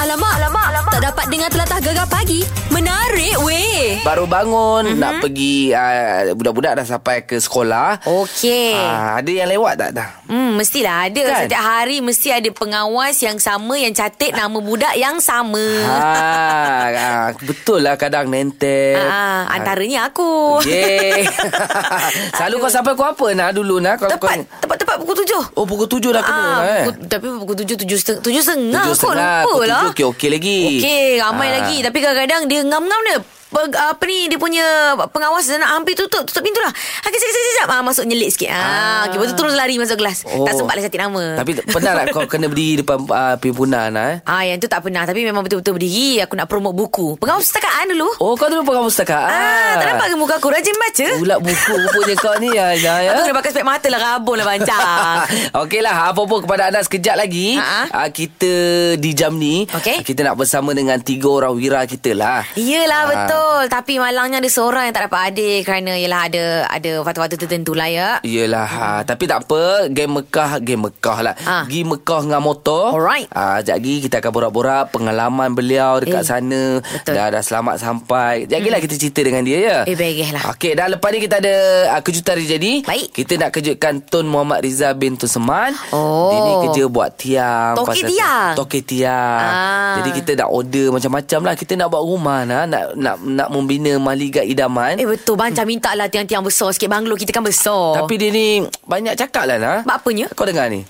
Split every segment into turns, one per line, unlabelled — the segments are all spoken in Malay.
alamak, alamak, alamak. Tak dapat dengar telatah gegar pagi. Menarik weh.
Baru bangun
Mhm.
mm-hmm. Nak pergi uh, Budak-budak dah sampai ke sekolah
Okey.
uh, Ada yang lewat tak dah?
Hmm, mestilah ada.
Kan?
Kan? Setiap hari mesti ada pengawas yang sama yang catat nama budak yang sama.
ah, ah, Betul lah kadang nentek
Ah, antaranya aku.
Yeay Selalu kau sampai kau apa nak dulu nak kau,
Tepat,
kau,
tepat, tepat pukul tujuh. Ah,
Oh pukul tujuh dah kena lah eh
pukul, tapi pukul tujuh, tujuh setengah. Tujuh setengah
Tujuh
kot,
setengah,
lupa
pukul
lah.
tujuh, okey, okey lagi.
Okey, ramai
Ah.
lagi. Tapi kadang-kadang dia ngam-ngam dia. Pe- apa ni dia punya pengawas dan nak hampir tutup tutup pintu lah ha, kejap kejap kejap ah, masuk nyelit sikit ah, okay, lepas tu terus lari masuk kelas oh. tak sempat lah catat nama
Tapi t- pernah tak kau kena berdiri depan uh, pimpinan lah eh?
ah, yang tu tak pernah tapi memang betul-betul berdiri aku nak promote buku pengawas perpustakaan dulu
Oh kau dulu pegang pustakaan
Ah, tak nampak ke muka aku rajin baca?
Ulat buku rupanya kau ni ya, ya, ya.
Aku kena pakai spek mata lah Rabun lah bancang
Okeylah apa pun lah, kepada anda sekejap lagi
Ha?
uh, kita di jam ni
Okey.
kita nak bersama dengan tiga orang wira kita lah.
Yelah
Ah.
ha. betul Tapi malangnya ada seorang yang tak dapat hadir Kerana yelah ada ada waktu-waktu tertentu lah ya
Yelah hmm. ha, Tapi tak apa Game Mekah Game Mekah lah ha.
Ah.
Pergi Mekah dengan motor
Alright.
ha, Sekejap lagi kita akan borak-borak Pengalaman beliau
Eh,
dekat eh, sana
betul. Hmm.
Dah dah selamat sampai Sekejap lagi lah kita cerita dengan dia ya
Eh, baiklah.
Okey dah lepas ni kita ada uh, Kejutan dia jadi
Baik.
Kita nak kejutkan Tun Muhammad Riza bin Tun Seman
Oh.
Dia ni kerja buat tiang
Tokek
pasal-
tiang.
Tokek tiang
Ah.
Jadi kita nak order macam-macam lah Kita nak buat rumah nah. nak, nak, nak membina maligat idaman
Eh betul Bancang minta lah tiang-tiang besar sikit Banglo kita kan besar
Tapi dia ni banyak cakap lah nah.
Bab apanya?
Kau dengar ni.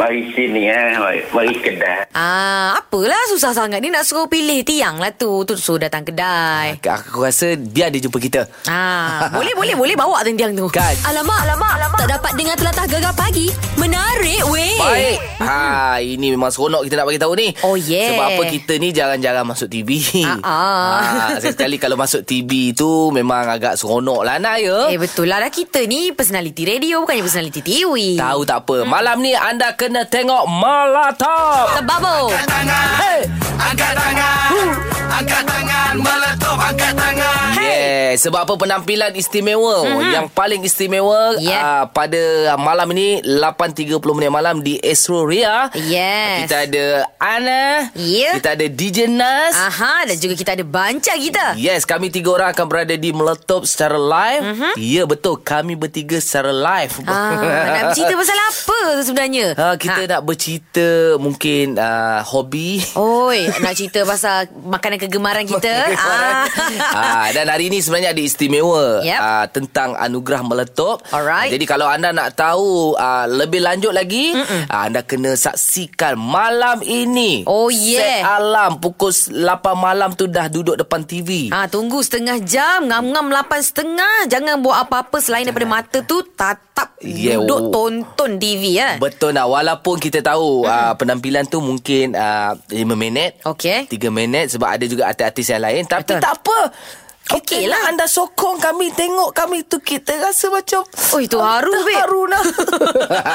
Mari sini eh, mari, mari kedai.
Ah, apalah susah sangat Dia nak suruh pilih tiang lah tu Tu suruh datang kedai
Aku rasa biar dia jumpa kita.
Ah, boleh boleh boleh bawa tiang-tiang tu
Kan?
Alamak, alamak, alamak. Tak dapat dengar telatah gegar pagi. Menarik weh.
Baik. Ha, ini memang seronok kita nak bagi tahu ni.
Oh, yeah.
Sebab apa kita ni jarang-jarang masuk TV.
Ah, ah.
Ha, sekali kalau masuk TV tu memang agak seronok lah nak ya.
Eh betul lah dah kita ni personality radio bukannya personality TV.
Tahu tak
Hmm.
apa. Malam ni anda kena tengok Malatap.
Terbabo.
Hey.
Angkat tangan Angkat tangan Meletup angkat tangan
Yeah, sebab apa penampilan istimewa
Mhm.
mm-hmm. yang paling istimewa yeah. uh,
Yeah.
pada malam ini 8.30 minit malam di Astro Ria.
Yes. Ya.
Kita ada Ana,
Yeah.
kita ada DJ Nas.
Aha, dan juga kita ada banca kita.
Yes, kami tiga orang akan berada di Meletup secara live. Mm-hmm. Ya, betul. Kami bertiga secara live.
Mhm. Ah, nak bercerita pasal apa tu sebenarnya?
Ha, kita nak bercerita mungkin uh,
Oh,
hobi.
Oi, nak cerita pasal makanan kegemaran kita.
Ah. ah, dan hari ini sebenarnya ada istimewa
Yep.
ah, tentang anugerah meletup.
Alright.
Ah, jadi kalau anda nak tahu ah, lebih lanjut lagi, ah, anda kena saksikan malam ini.
Oh,
Set
yeah.
alam pukul 8 malam tu dah duduk depan TV.
Ah, tunggu setengah jam, ngam-ngam lapan setengah. Jangan buat apa-apa selain daripada mata tu tatap
Yeah, oh.
duduk tonton TV ya.
Betul lah Walaupun kita tahu mm-hmm. uh, Penampilan tu mungkin uh, 5 minit
Okey.
3 minit Sebab ada juga artis-artis yang lain Tapi
Betul.
tak apa
Okey lah.
Anda sokong kami Tengok kami tu Kita rasa macam ah,
Oi, terharu, babe.
Terharu lah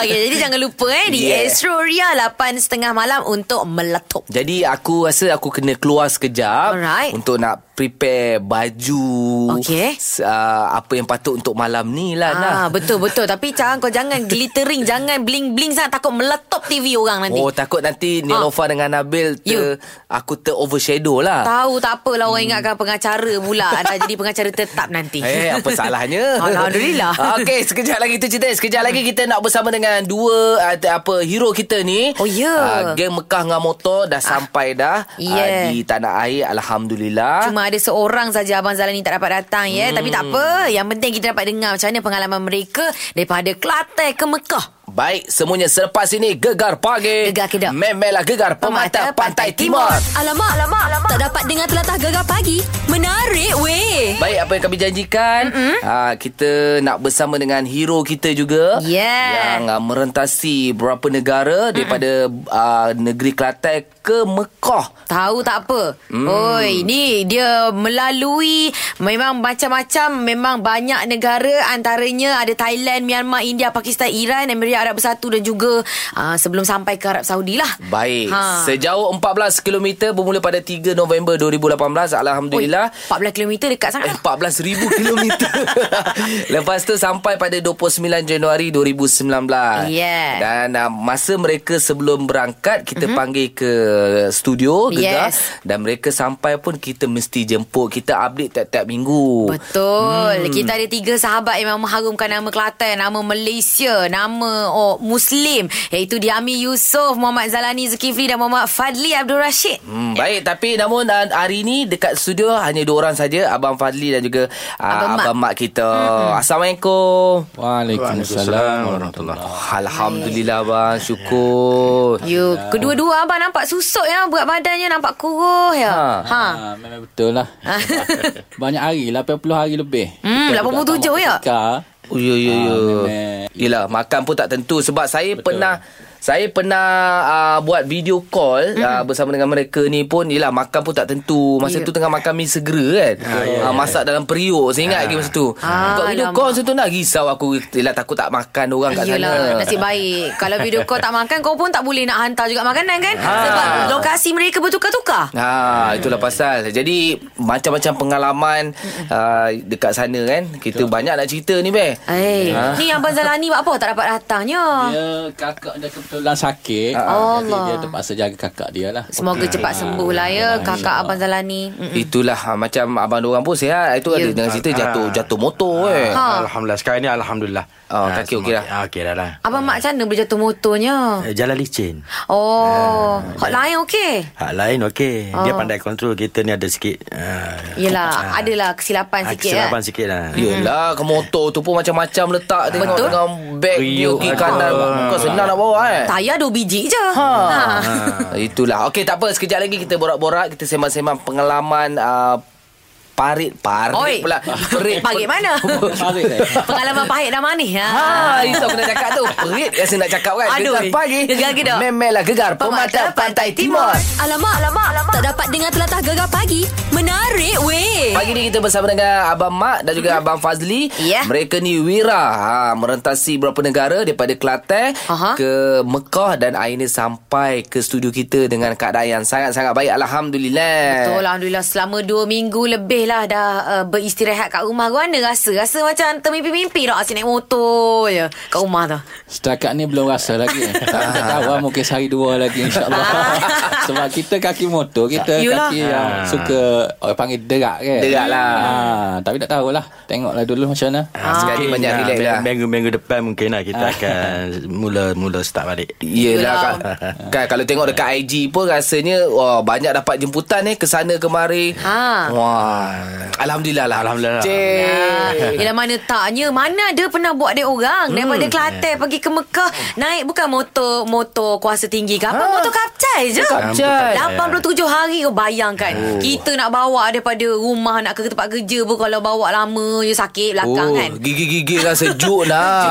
Okey, jadi jangan lupa eh di
Yeah.
yeah. Astroria 8.30 malam untuk meletup.
Jadi aku rasa aku kena keluar sekejap
Alright.
Untuk nak prepare baju
Okey.
s- uh, Apa yang patut untuk malam ni lah nah.
Ah, betul betul tapi jangan kau jangan glittering, jangan bling-bling sangat takut meletup TV orang nanti. Ah.
Oh takut nanti Nilofa dengan Nabil ter,
You.
Aku ter overshadow lah
Tahu tak apalah orang ingatkan pengacara pula Anda jadi pengacara tetap nanti
Eh, apa salahnya?
Alhamdulillah
Okey, sekejap lagi kita cerita. Sekejap lagi kita nak bersama dengan dua uh, apa hero kita ni.
Oh, ya. Ah.
Ah, geng Mekah dengan motor dah sampai dah ah,
yeah.
di tanah air alhamdulillah.
Cuma ada seorang saja Abang Zalan ni tak dapat datang
Hmm.
ya. Tapi tak apa Yang penting kita dapat dengar Macam mana pengalaman mereka Daripada Kelantan ke Mekah
Baik, semuanya selepas ini gegar pagi.
Gegar Kedah.
Memelah gegar pemata, pantai, timur.
Alamak, alamak, alamak. Tak dapat dengar telatah gegar pagi. Menarik weh.
Baik, apa yang kami janjikan aa, Kita nak bersama dengan hero kita juga
Yeah.
Yang aa, merentasi berapa negara Daripada aa, negeri Kelantan ke Mekah
Tahu tak apa hmm. Oi ni dia melalui Memang macam-macam Memang banyak negara Antaranya ada Thailand, Myanmar, India, Pakistan, Iran, Emiria Arab Bersatu dan juga uh, sebelum sampai ke Arab Saudi lah.
Baik. Ha. Sejauh 14 km bermula pada 3 November 2018. Alhamdulillah.
Oi, 14 km dekat sangat.
Eh, 14,000 kilometer. Lepas tu sampai pada 29 Januari 2019.
Yeah.
Dan uh, masa mereka sebelum berangkat, kita mm-hmm. panggil ke studio
Mhm.
Gegar.
Yes.
Dan mereka sampai pun kita mesti jemput. Kita update tiap-tiap minggu.
Betul. Hmm. Kita ada tiga sahabat yang memang harumkan nama Kelantan, nama Malaysia, nama oh, Muslim. Iaitu Diami Yusof, Muhammad Zalani Zulkifli dan Muhammad Fadli Abdul Rashid.
Hmm, baik tapi namun uh, hari ni dekat studio hanya dua orang saja abang Fadli dan juga uh, abang,
Abang Mat.
abang mak kita. Hmm. Assalamualaikum.
Waalaikumsalam warahmatullahi
Alhamdulillah bang syukur.
You Ya, kedua-dua abang nampak susuk ya berat badannya nampak kurus ya. Ha.
Ha.
Ha, memang betul lah. Banyak hari lah, 80 hari lebih.
Hmm, 87 ya?
Oh ya ya ya.
Ah, memang.
Yelah makan pun tak tentu sebab saya Betul. pernah saya pernah uh, buat video call
Hmm.
mm. uh, bersama dengan mereka ni pun yelah makan pun tak tentu. Masa yeah.
Ya.
tu tengah makan mie segera kan. Ah, yeah, uh, masak dalam periuk saya ingat lagi masa tu.
Ah,
Buat video
alamak.
call masa tu nak risau aku yelah takut tak makan orang kat sana.
Yelah nasib baik Kalau video kau tak makan Kau pun tak boleh nak hantar juga makanan kan
Ha.
Sebab lokasi mereka bertukar-tukar
Ha, itulah pasal. Jadi macam-macam pengalaman
Hmm.
uh, dekat sana kan. Kita banyak nak cerita ni beh.
Eh,
Ya.
Ni Abang Zalani buat apa Tak dapat datangnya
Dia kakak dia kebetulan sakit.
Ah.
Jadi dia
Allah.
terpaksa jaga kakak dia lah.
Semoga cepat sembuh lah ya Kakak Abang Zalani Mm-mm.
Itulah ha, macam abang orang pun sihat. Itu
Ah. Ya.
ada dengan cerita
Ah,
jatuh
ah.
jatuh motor eh.
Ha.
Alhamdulillah Sekarang ni Alhamdulillah
Oh, kaki okey dah?
ah, Okey dah lah
Abang Mak macam mana boleh jatuh motornya
Ya.
Eh, Jalan licin
Oh Hot lain okey
Hak lain okey Dia
Oh.
pandai kontrol Kita ni ada sikit ah,
Yelah Adalah kesilapan
ah,
sikit
Kesilapan
kan?
sikit lah
Yelah, ke motor tu pun macam-macam letak tengok
Betul.
dengan beg dia
Riuk
kiri
ada.
kanan. Bukan senang nak bawa eh.
Tayar dua biji je
Ha.
Ah.
Itulah. Okey, tak apa. Sekejap lagi kita borak-borak, kita sembang-sembang pengalaman uh, parit parit
Oi.
pula. Parit.
Parit mana?
Parit, eh?
Pengalaman pahit dan manis ha.
Ha, risau kena cakap tu. Perit rasa nak cakap kan.
Aduh.
Gegar pagi.
Gegar gedor.
Memelah gegar pemata pantai timur.
Alamak, alamak, alamak. Tak dapat dengar telatah gegar pagi. Menarik weh.
Pagi ni kita bersama dengan Abang Mak dan juga Abang Fazli.
Mhm. Ya.
Mereka ni wira. Ha, merentasi berapa negara daripada Kelantan
Aha.
ke Mekah dan akhirnya sampai ke studio kita dengan keadaan yang sangat-sangat baik. Alhamdulillah.
Betul Alhamdulillah Selama dua minggu lebih lah Dah uh, beristirahat kat rumah Kau mana rasa? Rasa macam termimpi-mimpi lah Asyik naik motor je Kat rumah tu
Setakat ni belum rasa lagi. tak
Ah.
tak tahu lah, mungkin sehari dua lagi insyaAllah. Sebab kita kaki motor, kita
Yulah.
Yulah. kaki yang suka orang panggil derak kan.
Ah. Derak lah.
Ha, tapi tak tahulah. Tengoklah dulu macam mana.
Ah,
Sekali
mungkin,
banyak
ah,
relax lah.
Minggu-minggu depan mungkin lah Kita akan Mula-mula start balik
Yelah kan, kan kalau tengok dekat IG pun rasanya wah banyak dapat jemputan ni eh, ke sana kemari.
Ha.
Wah. Alhamdulillah lah.
Alhamdulillah.
Cik.
Yelah mana taknya Mana ada pernah buat dia orang Daripada Kelantan Pergi ke Mekah Naik bukan motor Motor kuasa tinggi ke apa
Ha.
Motor kapcai je
Kapcai.
87 hari kau bayangkan Kita nak bawa daripada rumah Nak ke tempat kerja pun Kalau bawa lama je sakit belakang kan
Gigi-gigi lah Oh, sejuk lah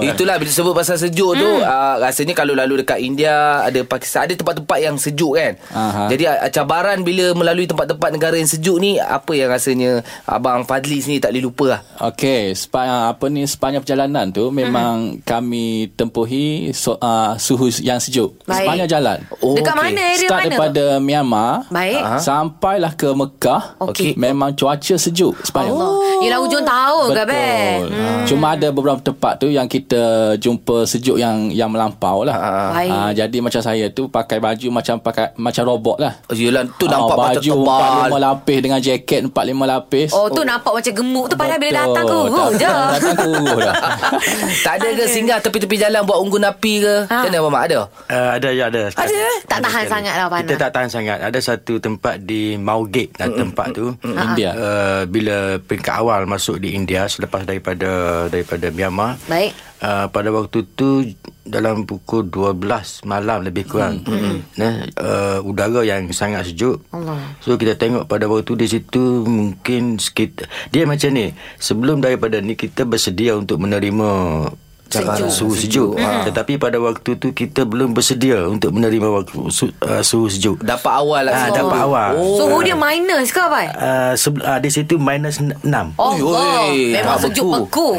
Itulah bila sebut pasal sejuk tu uh, Rasanya kalau lalu dekat India Ada Pakistan Ada tempat-tempat yang sejuk kan
Aha.
Jadi uh, cabaran bila melalui tempat-tempat negara yang sejuk ni Apa yang rasanya Abang Fadli sini tak boleh lupa lah
Okey, sepa, apa ni sepanjang perjalanan tu memang
Mhm.
kami tempuhi so, uh, suhu yang sejuk.
Baik.
Sepanjang jalan.
Oh,
Dekat
okey.
mana area
Start
mana
daripada Myanmar.
Baik.
Ha? Sampailah ke Mekah.
Okey.
Memang cuaca sejuk sepanjang.
Oh. Yelah hujung tahun ke Hmm. Ben
Betul. Ah. Cuma ada beberapa tempat tu yang kita jumpa sejuk yang yang melampau lah.
Baik.
Ah, jadi macam saya tu pakai baju macam pakai macam robot lah.
Oh, Yelah tu
Ah,
nampak macam
baju lah.
tebal
45 lapis dengan jaket 45 lapis.
Oh, tu nampak macam gemuk tu Padahal bila
Betul.
datang kurus je
Datang datang kurus dah.
Tak ada ke singgah tepi-tepi jalan Buat unggun api ke Macam mana Abang Mak ada?
Uh, ada ya ada. Sekali.
eh? Tak tahan
sekali.
sangat lah, panas.
Kita tak tahan sangat. Ada satu tempat di Mauge lah tempat tu.
India.
Uh, bila peringkat awal masuk di India selepas daripada daripada Myanmar.
Baik.
Uh, pada waktu tu dalam pukul 12 malam lebih kurang. Hmm. Nah, uh, udara yang sangat sejuk. Allah. So kita tengok pada waktu di situ mungkin sekitar dia macam ni. Sebelum daripada ni kita bersedia untuk menerima Sejuk. Suhu sejuk ha. Tetapi pada waktu tu Kita belum bersedia Untuk menerima waktu, su, uh, suhu sejuk
Dapat awal lah
Ah,
semua
dapat
tu.
awal. Ah,
oh.
Suhu dia minus ke Abai?
uh, sebel, uh, Di situ minus 6
Allah
oi,
Memang
tak
sejuk
beku.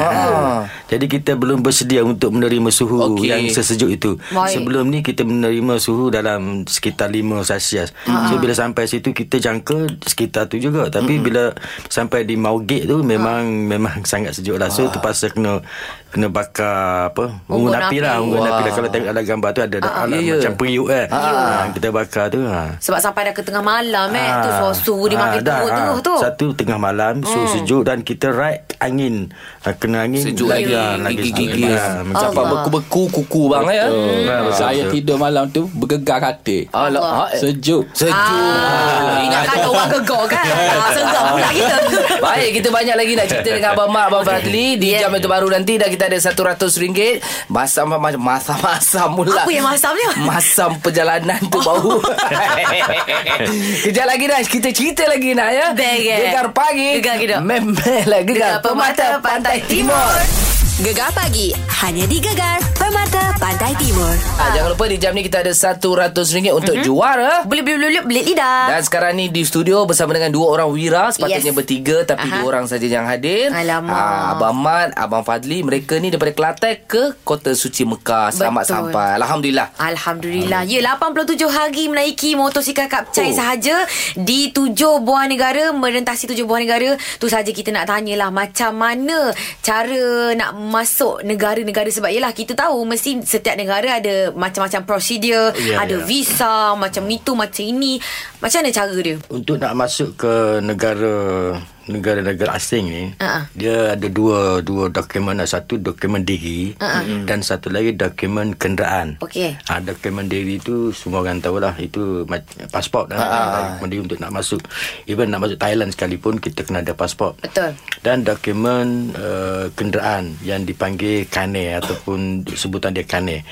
beku
Ha.
Ah. Jadi kita belum bersedia untuk menerima suhu
Okey.
okay. yang sesejuk itu.
Baik.
Sebelum ni kita menerima suhu dalam sekitar 5 Celsius. So bila sampai situ kita jangka sekitar tu juga. Tapi bila sampai di Mauget tu memang memang sangat sejuk lah. So terpaksa kena kena bakar apa?
Unggun
Unggun api lah,
api.
unggun api lah.
Wah.
Kalau tengok ada gambar tu ada, ada
Ya, ya.
macam periuk eh. Ha, kita bakar tu. Ha.
Sebab sampai dah ke tengah malam eh tu
Ah.
suara suhu dia
Ah,
makin Hmm.
dah,
teruk
ah.
terus tu.
Satu tengah malam Suhu sejuk Dan kita ride angin Ah, Kena angin
Sejuk lagi
ah,
Gigi-gigi
sejuk. Ah, macam
Oh.
Sampai
tu.
beku-beku Kuku bang ya
Hmm.
Saya tidur malam tu bergegar katil.
Alah, ha, eh.
Sejuk.
Ah, ingatkan orang gegar kan. Ah, Segar pula kita.
Baik, kita banyak lagi nak cerita dengan Abang Mak, Abang Fadli Di
Yeah.
jam itu baru nanti dah kita ada RM100 Masam macam masam-masam pula
Apa yang Oh. masamnya?
Masam perjalanan tu bau Kejap lagi dah Kita cerita lagi nak ya
Baik, eh.
Gegar pagi
Gegar kita.
Memel lah Gegar
Gegar Pemata Pantai Timur.
Gegar pagi hanya di Gegar Permata Pantai Timur.
Ah, jangan lupa di jam ni kita ada RM100 untuk
Mhm.
juara
Boleh boleh boleh boleh lidah.
Dan sekarang ni di studio bersama dengan dua orang wira Sepatutnya
Yes.
bertiga
Aha.
tapi dua orang saja yang hadir
Alamak.
Ah, Abang Mat, Abang Fadli Mereka ni daripada Kelantan ke Kota Suci Mekah Selamat
Betul.
sampai Alhamdulillah
Alhamdulillah. Ya, 87 hari menaiki motosikal kapcai oh.
Oh.
sahaja di tujuh buah negara, merentasi tujuh buah negara. Tu saja kita nak tanyalah macam mana cara nak masuk negara-negara sebab yalah kita tahu mesti setiap negara ada macam-macam prosedur,
Ya,
yeah, ada yeah.
ya.
visa, macam itu, macam ini. Macam mana cara dia?
Untuk nak masuk ke negara negara-negara asing ni
Ah, ah.
dia ada dua dua dokumen Ah, satu dokumen diri
Ah. Hmm.
dan satu lagi dokumen kenderaan
Okey.
Ah, dokumen diri tu semua orang tahulah itu mac- pasport dah. Dokumen diri untuk nak masuk. Even nak masuk Thailand sekalipun kita kena ada pasport.
Betul.
Dan dokumen uh, kenderaan yang dipanggil kane ataupun sebutan dia kane.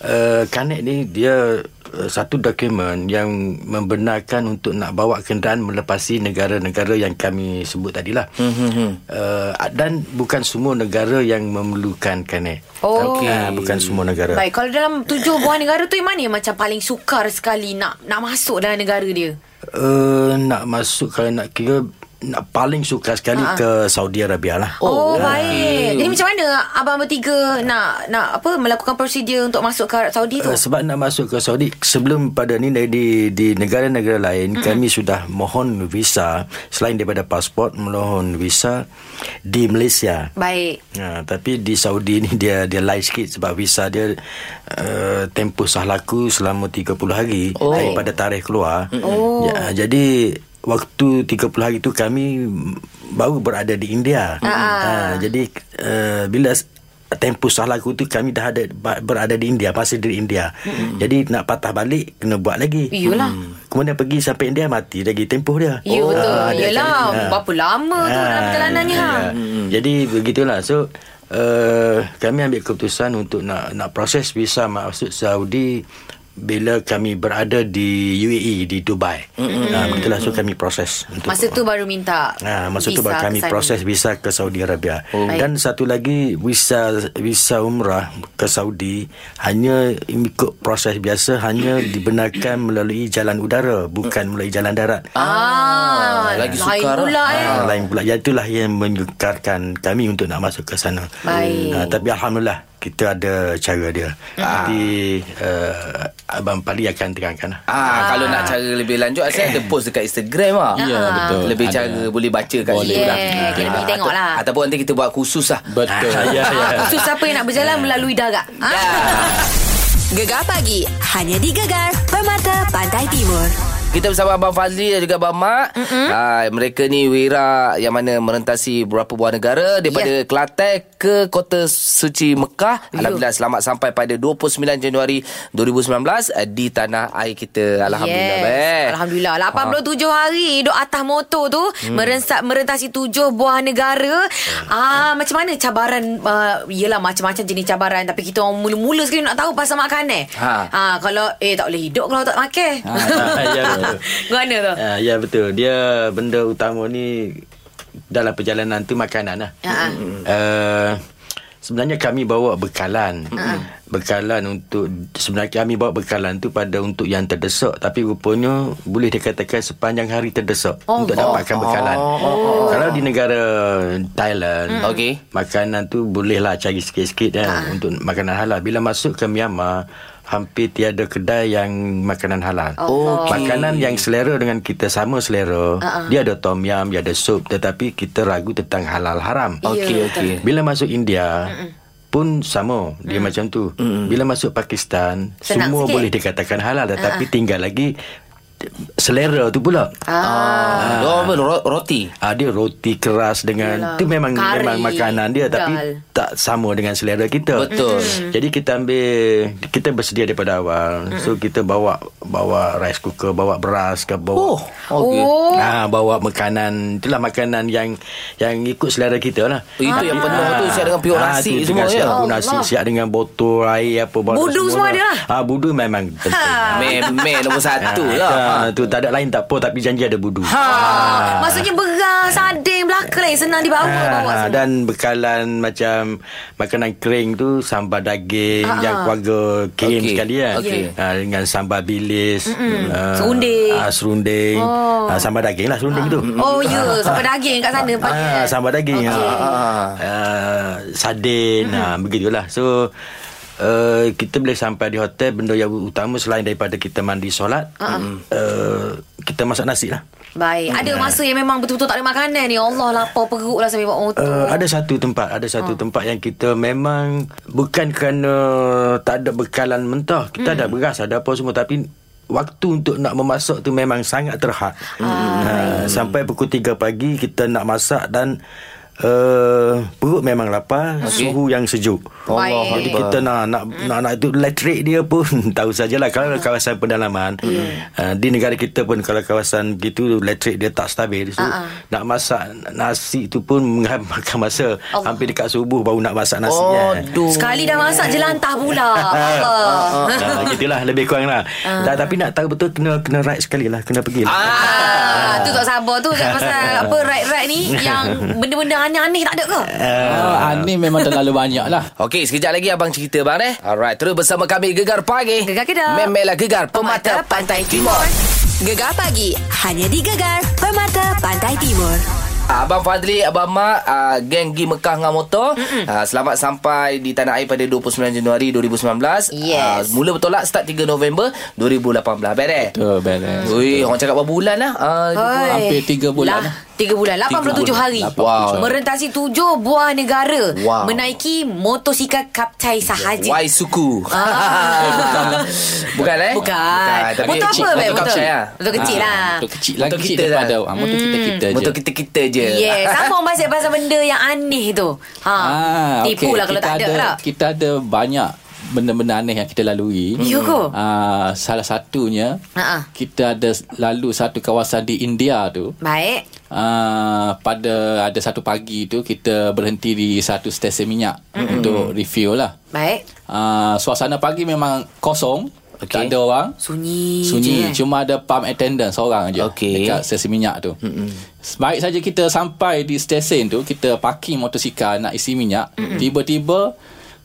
Uh, kane ni dia uh, satu dokumen yang membenarkan untuk nak bawa kenderaan melepasi negara-negara yang kami sebut tadilah.
Mm-hmm.
Uh, dan bukan semua negara yang memerlukan kane.
Oh. Okey.
Ah, bukan semua negara.
Baik, kalau dalam tujuh buah negara tu yang mana yang macam paling sukar sekali nak nak masuk dalam negara dia?
Uh, nak masuk kalau nak kira nak paling suka sekali uh ke Saudi Arabia lah.
Oh, oh baik. Jadi macam mana abang bertiga nak nak apa melakukan prosedur untuk masuk ke Arab Saudi tu?
Uh, sebab nak masuk ke Saudi sebelum pada ni dari- di di negara-negara lain mm-hmm. kami sudah mohon visa selain daripada pasport mohon visa di Malaysia.
baik.
Ha, tapi di Saudi ni dia dia lain sikit sebab visa dia uh, tempoh sah laku selama 30 hari oh. daripada tarikh keluar. Oh. Ja, jadi waktu 30 hari tu kami baru berada di India.
Ah.
Ha, jadi uh, bila s- tempoh sah laku tu kami dah ada ba- berada di India, masih di India. Jadi nak patah balik kena buat lagi. Hmm.
Iyalah.
Kemudian pergi sampai India mati lagi tempoh dia.
Ya oh, betul.
Ah, dia
Yalah,
akan- ah.
berapa lama tu dalam perjalanannya
ya.
hang?
Hmm. Jadi begitulah. So uh, kami ambil keputusan untuk nak nak proses visa masuk Saudi bila kami berada di UAE di Dubai. Mm-hmm. Ha, begitulah so kami proses untuk
Masa tu baru minta.
Ha, masa
visa
tu baru kami
ke sana.
proses visa ke Saudi Arabia. Oh.
Baik.
Dan satu lagi visa visa umrah ke Saudi hanya ikut proses biasa hanya dibenarkan melalui jalan udara bukan melalui jalan darat.
Ah,
Lagi
lagi lain
sukar lah.
pula eh.
Ha, lain pula Ya, itulah yang menggekarkan kami untuk nak masuk ke sana
Baik.
ha, tapi alhamdulillah kita ada cara dia nanti uh, abang Pali akan terangkan lah.
Ah, kalau nak cara lebih lanjut Saya ada post dekat Instagram lah
Ya, betul.
Lebih
Ada.
cara boleh baca kat
Boleh.
situ lah
Yeah, kena
Ah,
pergi tengok
atau-
lah.
Ataupun nanti kita buat khusus lah
Betul.
ya, ya.
Ah, khusus siapa yang nak berjalan melalui darat? Ah.
Gegar pagi hanya di Gegar Permata Pantai Timur.
Kita bersama Abang Fazli dan juga Abang Mak. Mm-hmm. mereka ni wira yang mana merentasi berapa buah negara
Ya.
daripada yeah. Kelantan ke Kota Suci Mekah. Alhamdulillah selamat sampai pada 29 Januari 2019 uh, di tanah air kita. Alhamdulillah. Beh.
Alhamdulillah 87 ha. hari Duduk atas motor tu hmm. Merensat, Merentasi tujuh buah negara ah Macam mana cabaran uh, Yelah macam-macam jenis cabaran Tapi kita orang mula-mula sekali Nak tahu pasal makanan
Ha.
ha. ha. Kalau Eh tak boleh hidup kalau tak makan ha.
ya, betul.
Mana tu
Ah, ya betul. Dia benda utama ni dalam perjalanan tu makanan lah.
Ah, ah.
Uh, sebenarnya kami bawa bekalan. Bekalan untuk sebenarnya kami bawa bekalan tu pada untuk yang terdesak tapi rupanya boleh dikatakan sepanjang hari terdesak untuk dapatkan bekalan. Kalau di negara Thailand,
Okey.
makanan tu bolehlah cari sikit-sikit kan
Ah.
untuk makanan halal. Bila masuk ke Myanmar, hampir tiada kedai yang makanan halal.
Oh,
Allah. Okey.
Makanan yang selera dengan kita sama selera,
Ah,
uh-uh. dia ada tom yum, dia ada sup tetapi kita ragu tentang halal haram.
Ya,
Okey, okey.
Bila masuk India pun sama dia macam tu. Bila masuk
Mm.
Pakistan
Senang
semua
sikit. Ah,
boleh dikatakan halal tetapi tinggal lagi selera tu pula.
Ah. Dia apa? Ro- Roti.
Ah dia roti keras dengan
Yalah.
tu memang
Kari,
memang makanan dia tapi
dal.
tak sama dengan selera kita. Mm-hmm.
Betul.
Jadi kita ambil kita bersedia daripada awal. So kita bawa bawa rice cooker, bawa beras ke bawa
Oh, okey.
Oh.
Ah bawa makanan itulah makanan yang yang ikut selera kita lah. Ah,
Itu yang penuh tu, siap dengan piuk nasi
tu
semua,
dengan
ya?
Siap dengan nasi,
Allah.
siap dengan botol air apa botol
Budu semua ada lah.
Ah budu memang penting.
Memek nombor satu
Ah,
Ha. lah.
ah, tu tak ada lain tak apa tapi janji ada budu. Ha.
Ah. Maksudnya beras, sading, belaka lain. Senang dibawa. bawa
Ah,
semua.
dan bekalan macam makanan kering tu sambal daging ah, yang keluarga
Okey,
kirim okay. sekali kan
okey.
ah, dengan sambal bilis ah,
Serunding.
ah, serunding oh. ah, sambal daging lah serunding tu
Oh, ya. Yeah. Sampai daging kat sana.
Ah,
panggil.
sambal daging.
Okey.
Okay. Ah, ah, sardin. Mm-hmm. Ah, begitulah. So Uh, kita boleh sampai di hotel benda yang utama selain daripada kita mandi solat
Ah,
uh-huh. uh, kita masak nasi lah
Baik. Ada masa yang memang betul-betul tak ada makanan ni. Allah lapar perut lah sampai buat motor.
Uh, ada satu tempat ada satu tempat yang kita memang bukan kerana tak ada bekalan mentah kita ada beras ada apa semua tapi waktu untuk nak memasak tu memang sangat terhad uh, sampai pukul 3 pagi kita nak masak dan uh, perut memang lapar okay. suhu yang sejuk
Baik. Hmm.
jadi kita nak nak nak, nak itu elektrik dia pun tahu sajalah kalau kawasan pedalaman
Hmm.
uh, di negara kita pun kalau kawasan gitu elektrik dia tak stabil so
Ah,
uh-uh. nak masak nasi tu pun memakan masa Allah. hampir dekat subuh baru nak masak nasi
Oh,
kan.
Aduh.
Sekali dah masak je lantah pula.
Ah,
Allah.
ah, gitulah lebih kurang lah. Tak, tapi nak tahu betul kena kena right sekali lah, kena pergi lah.
Ah, tu tak sabar tu Kan pasal apa right-right ni yang benda-benda aneh-aneh tak ada ke?
Ah, aneh memang terlalu banyak lah.
Okey, sekejap lagi abang cerita bang eh. Alright, terus bersama kami Gegar Pagi.
Gegar Kedah.
Memelah Gegar Pemata Pantai Timur.
Gegar pagi hanya di Gegar Permata Pantai Timur.
Ah, Abang Fadli, Abang Mak, uh, geng Gi Mekah dengan motor. Uh, selamat sampai di tanah air pada 29 Januari
Yes.
2019. Uh, mula bertolak start 3 November 2018. Baik eh?
Betul, balance.
Ui, orang cakap berapa bulan lah. Uh,
Oi.
Hampir tiga bulan
Lah,
lah.
tiga bulan 87
bulan.
hari
Wow.
Merentasi tujuh buah negara
Wow.
Menaiki motosikal kapcai sahaja
Wai suku.
Ah.
Eh, bukan. bukan eh?
Bukan.
Tapi
Motor apa,
motor
Beb? Motor?
kapsai lah.
Motor kecil lah.
Ah,
Hmm.
Motor kecil lagi
Motor
kecil
kita
daripada
lah.
ah, motor kita-kita je.
Motor kita-kita je.
Yes Sama orang pasal pasal benda yang aneh tu ha. Tipu
Ah, okey.
lah kalau
kita
tak ada, ada lah
Kita ada banyak benda-benda aneh yang kita lalui.
Ya ke? Ha,
Ah, salah satunya,
Ha-ha.
kita ada lalu satu kawasan di India tu.
Baik
Uh, pada ada satu pagi tu kita berhenti di satu stesen minyak mm-hmm. untuk refuel lah.
Baik
Uh, suasana pagi memang kosong, okay.
Okey.
tak ada orang.
Sunyi je. eh?
Sunyi Cuma ada pump attendant Seorang je
Okey.
Dekat stesen minyak tu Mm-mm. Baik saja kita sampai Di stesen tu Kita parking motosikal Nak isi minyak Mm-mm. Tiba-tiba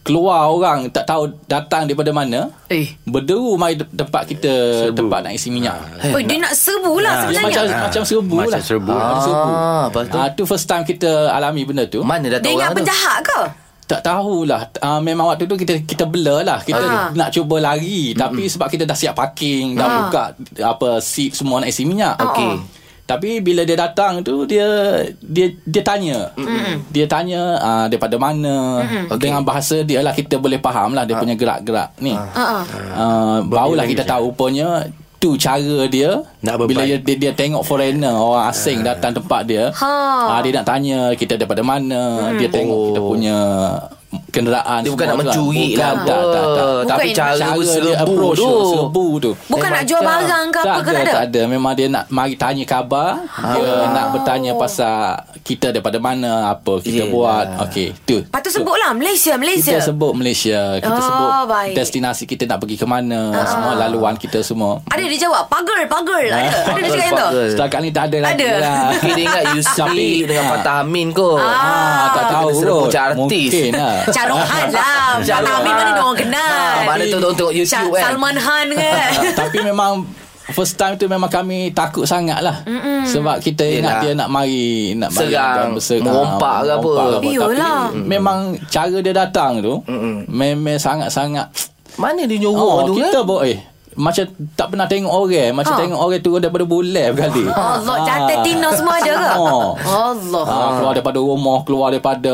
Keluar orang Tak tahu Datang daripada mana
Eh
Berderu mai de- tempat kita Tempat nak isi minyak
Ah, Eh,
Oh, dia nak serbu lah
Dia
sebenarnya
macam macam serbu
Macam
lah.
serbu.
Ah, macam serbu.
Ah, lepas tu?
Ah, tu first time kita alami benda tu.
Mana
Dia ingat
datang orang lah tu?
penjahat ke?
Tak tahulah uh, Memang waktu tu kita kita blur lah Kita
Ah.
nak cuba lari mm Tapi sebab kita dah siap parking Dah buka apa seat semua nak isi minyak
Ah,
Okey.
Tapi bila dia datang tu Dia dia dia tanya mm Dia tanya uh, daripada mana mm
Okey.
Dengan bahasa dia lah Kita boleh faham lah Dia punya gerak-gerak ni
Ah.
uh, Barulah kita tahu rupanya tu cara dia
Nak
bila dia,
berbaik.
dia, dia tengok foreigner orang asing datang tempat dia
Ha. Hmm.
ah, dia nak tanya kita daripada mana dia tengok kita punya kenderaan
Oh. Dia bukan nak
semua tu
mencuri
bukan,
lah.
tak, tak, tak.
Bukan Tapi
yang-
cara,
cara dia
serbu
approach
tu.
tu serbu tu
Bukan nak jual barang ke apa
tak
ke tak
ada,
ada?
Ah.
tak ada memang dia nak mari tanya khabar dia nak bertanya pasal kita daripada mana, apa
Yelah.
kita yeah. buat. Okey, tu.
Lepas tu sebutlah Malaysia, Malaysia.
Kita sebut Malaysia, kita
Oh,
sebut
baik. Ah.
destinasi kita nak pergi ke mana, semua laluan kita semua.
Ada dia jawab pagar, pagar. Ada. Ada dia
Pagar,
cakap yang tu.
pagar.
Setakat ni tak ada,
Tak
lagi
ada.
lah.
Mungkin dia ingat Yusri
Tapi-
dengan
Ah.
Fatah Amin kot.
Ah, tak
Kena
tahu
serbu
kot.
macam artis.
Mungkin lah.
Cak Rohan lah.
Cak
Cak Amin
Rohan.
mana dia orang kenal.
Ah, mana tu orang tengok
Cak
YouTube kan.
Salman Khan kan.
Ah, tapi memang first time tu memang kami takut sangat lah Mm-mm. sebab kita
Yelah.
ingat dia nak mari nak mari
Serang,
nak berserang,
merompak ke apa. Mm.
merompak ke apa.
Iyalah.
tapi memang cara dia datang tu memang sangat-sangat
Mana dia
oh,
nyuruh tu
kita
kan?
bo eh macam tak pernah tengok orang macam
Ha.
tengok orang turun daripada bulan kali
Allah, jantan Tino semua ada ke?
Oh.
Allah.
Ah, keluar daripada rumah Keluar daripada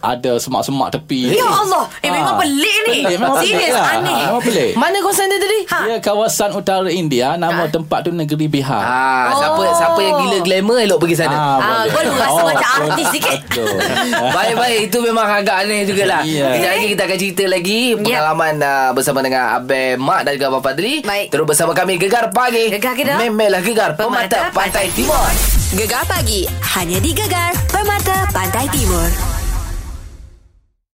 Ada semak-semak tepi
Ya Allah. Eh, memang
Ah.
pelik ni.
Pelik, memang pelik
Serius,
lah.
aneh.
Ah, Memang
Eh.
pelik
Mana kawasan dia tadi? Ha.
Dia kawasan utara India Nama tempat tu negeri Bihar
Ah, siapa
Oh.
siapa yang gila glamour elok pergi sana.
Ah,
boleh. Oh,
kau rasa macam
betul.
artis sikit.
Betul.
Baik-baik Itu memang agak aneh jugalah
Ya.
Kejap lagi kita akan cerita lagi Pengalaman uh, bersama dengan Abel Mak dan juga Abang Fadli
Baik.
Terus bersama kami Gegar Pagi
Gegar kita.
Memelah Gegar
Pemata
Pemata, Pantai Timur
Gegar pagi hanya di Gegar Permata Pantai Timur.